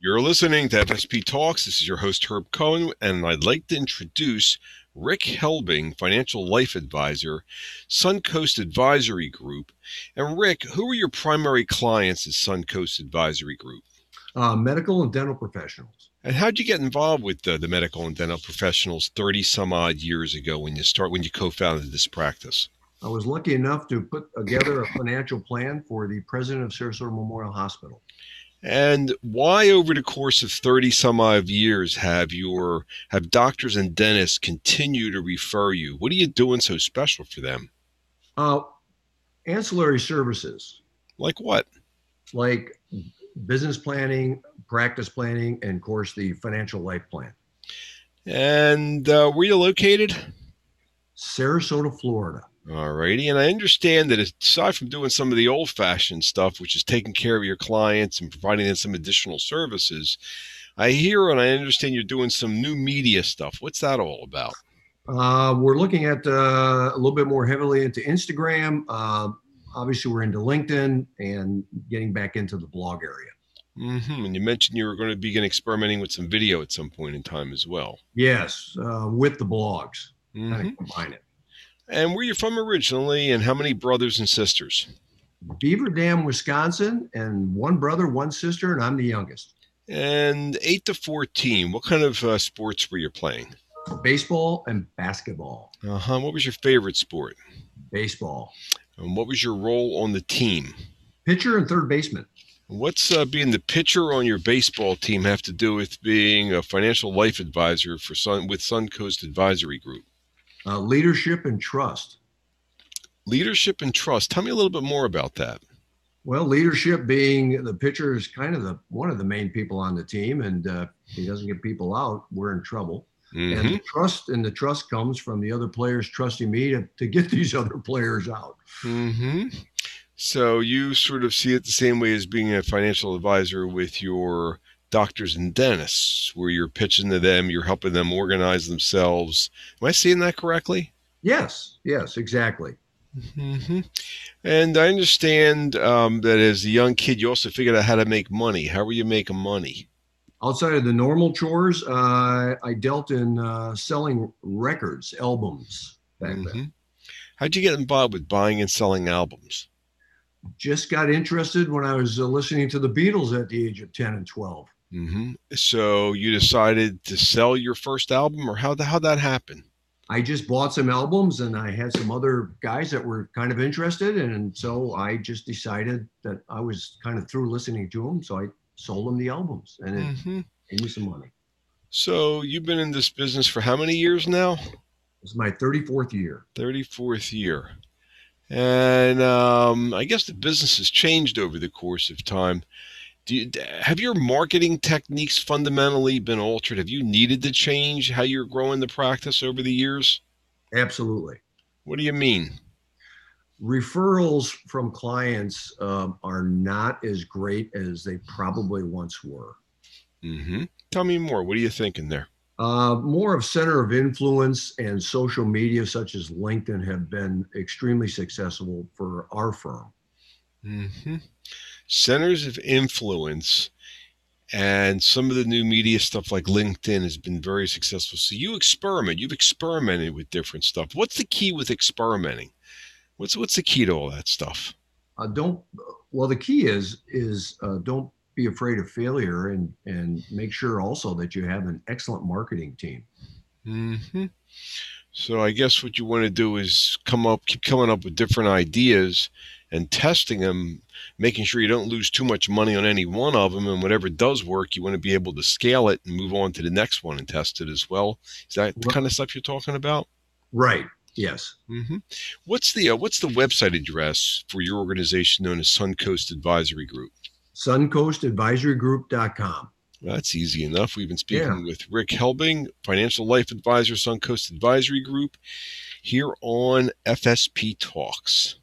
You're listening to FSP Talks. This is your host, Herb Cohen, and I'd like to introduce Rick Helbing, Financial Life Advisor, Suncoast Advisory Group. And Rick, who are your primary clients at Suncoast Advisory Group? Uh, medical and dental professionals. And how'd you get involved with uh, the medical and dental professionals 30 some odd years ago when you start when you co-founded this practice? I was lucky enough to put together a financial plan for the president of Sarasota Memorial Hospital. And why, over the course of thirty some odd years, have your have doctors and dentists continue to refer you? What are you doing so special for them? Uh, ancillary services Like what? like business planning, practice planning, and of course the financial life plan. And uh, where you located? Sarasota, Florida. Alrighty, and I understand that aside from doing some of the old-fashioned stuff, which is taking care of your clients and providing them some additional services, I hear and I understand you're doing some new media stuff. What's that all about? Uh, we're looking at uh, a little bit more heavily into Instagram. Uh, obviously, we're into LinkedIn and getting back into the blog area. hmm And you mentioned you were going to begin experimenting with some video at some point in time as well. Yes, uh, with the blogs, kind Mhm. of combine it. And where you from originally, and how many brothers and sisters? Beaver Dam, Wisconsin, and one brother, one sister, and I'm the youngest. And eight to fourteen, what kind of uh, sports were you playing? Baseball and basketball. Uh huh. What was your favorite sport? Baseball. And what was your role on the team? Pitcher and third baseman. What's uh, being the pitcher on your baseball team have to do with being a financial life advisor for Sun with Suncoast Advisory Group? Uh, leadership and trust. Leadership and trust. Tell me a little bit more about that. Well, leadership being the pitcher is kind of the one of the main people on the team, and uh, if he doesn't get people out, we're in trouble. Mhm. And the trust and the trust comes from the other players trusting me to, to get these other players out. hmm So you sort of see it the same way as being a financial advisor with your doctors and dentists, where you're pitching to them, you're helping them organize themselves. Am I seeing that correctly? Yes, yes, exactly. hmm And I understand um, that as a young kid, you also figured out how to make money. How were you making money? Outside of the normal chores, uh, I dealt in uh, selling records, albums back then. Mhm. How'd you get involved with buying and selling albums? Just got interested when I was uh, listening to the Beatles at the age of 10 and 12. hmm So you decided to sell your first album, or how how that happen? I just bought some albums and I had some other guys that were kind of interested. And so I just decided that I was kind of through listening to them. So I sold them the albums and it hmm gave me some money. So you've been in this business for how many years now? It's my 34th year. 34th year. And um, I guess the business has changed over the course of time. Do you, d- have your marketing techniques fundamentally been altered? Have you needed to change how you're growing the practice over the years? Absolutely. What do you mean? Referrals from clients um, are not as great as they probably once were. hmm Tell me more. What are you thinking there? Uh, more of center of influence and social media, such as LinkedIn, have been extremely successful for our firm. hmm Centers of influence and some of the new media stuff like LinkedIn has been very successful. So you experiment. You've experimented with different stuff. What's the key with experimenting? What's what's the key to all that stuff? uh, don't well the key is is uh, don't be afraid of failure and and make sure also that you have an excellent marketing team hmm So I guess what you want to do is come up, keep coming up with different ideas and testing them, making sure you don't lose too much money on any one of them. And whatever does work, you want to be able to scale it and move on to the next one and test it as well. Is that the Right. kind of stuff you're talking about? right yes hmm What's the uh, what's the website address for your organization known as Suncoast Advisory Group? suncoastadvisorygroup.com Well, that's easy enough. We've been speaking Yeah. with Rick Helbing, financial life advisor, Suncoast Advisory Group, here on FSP Talks.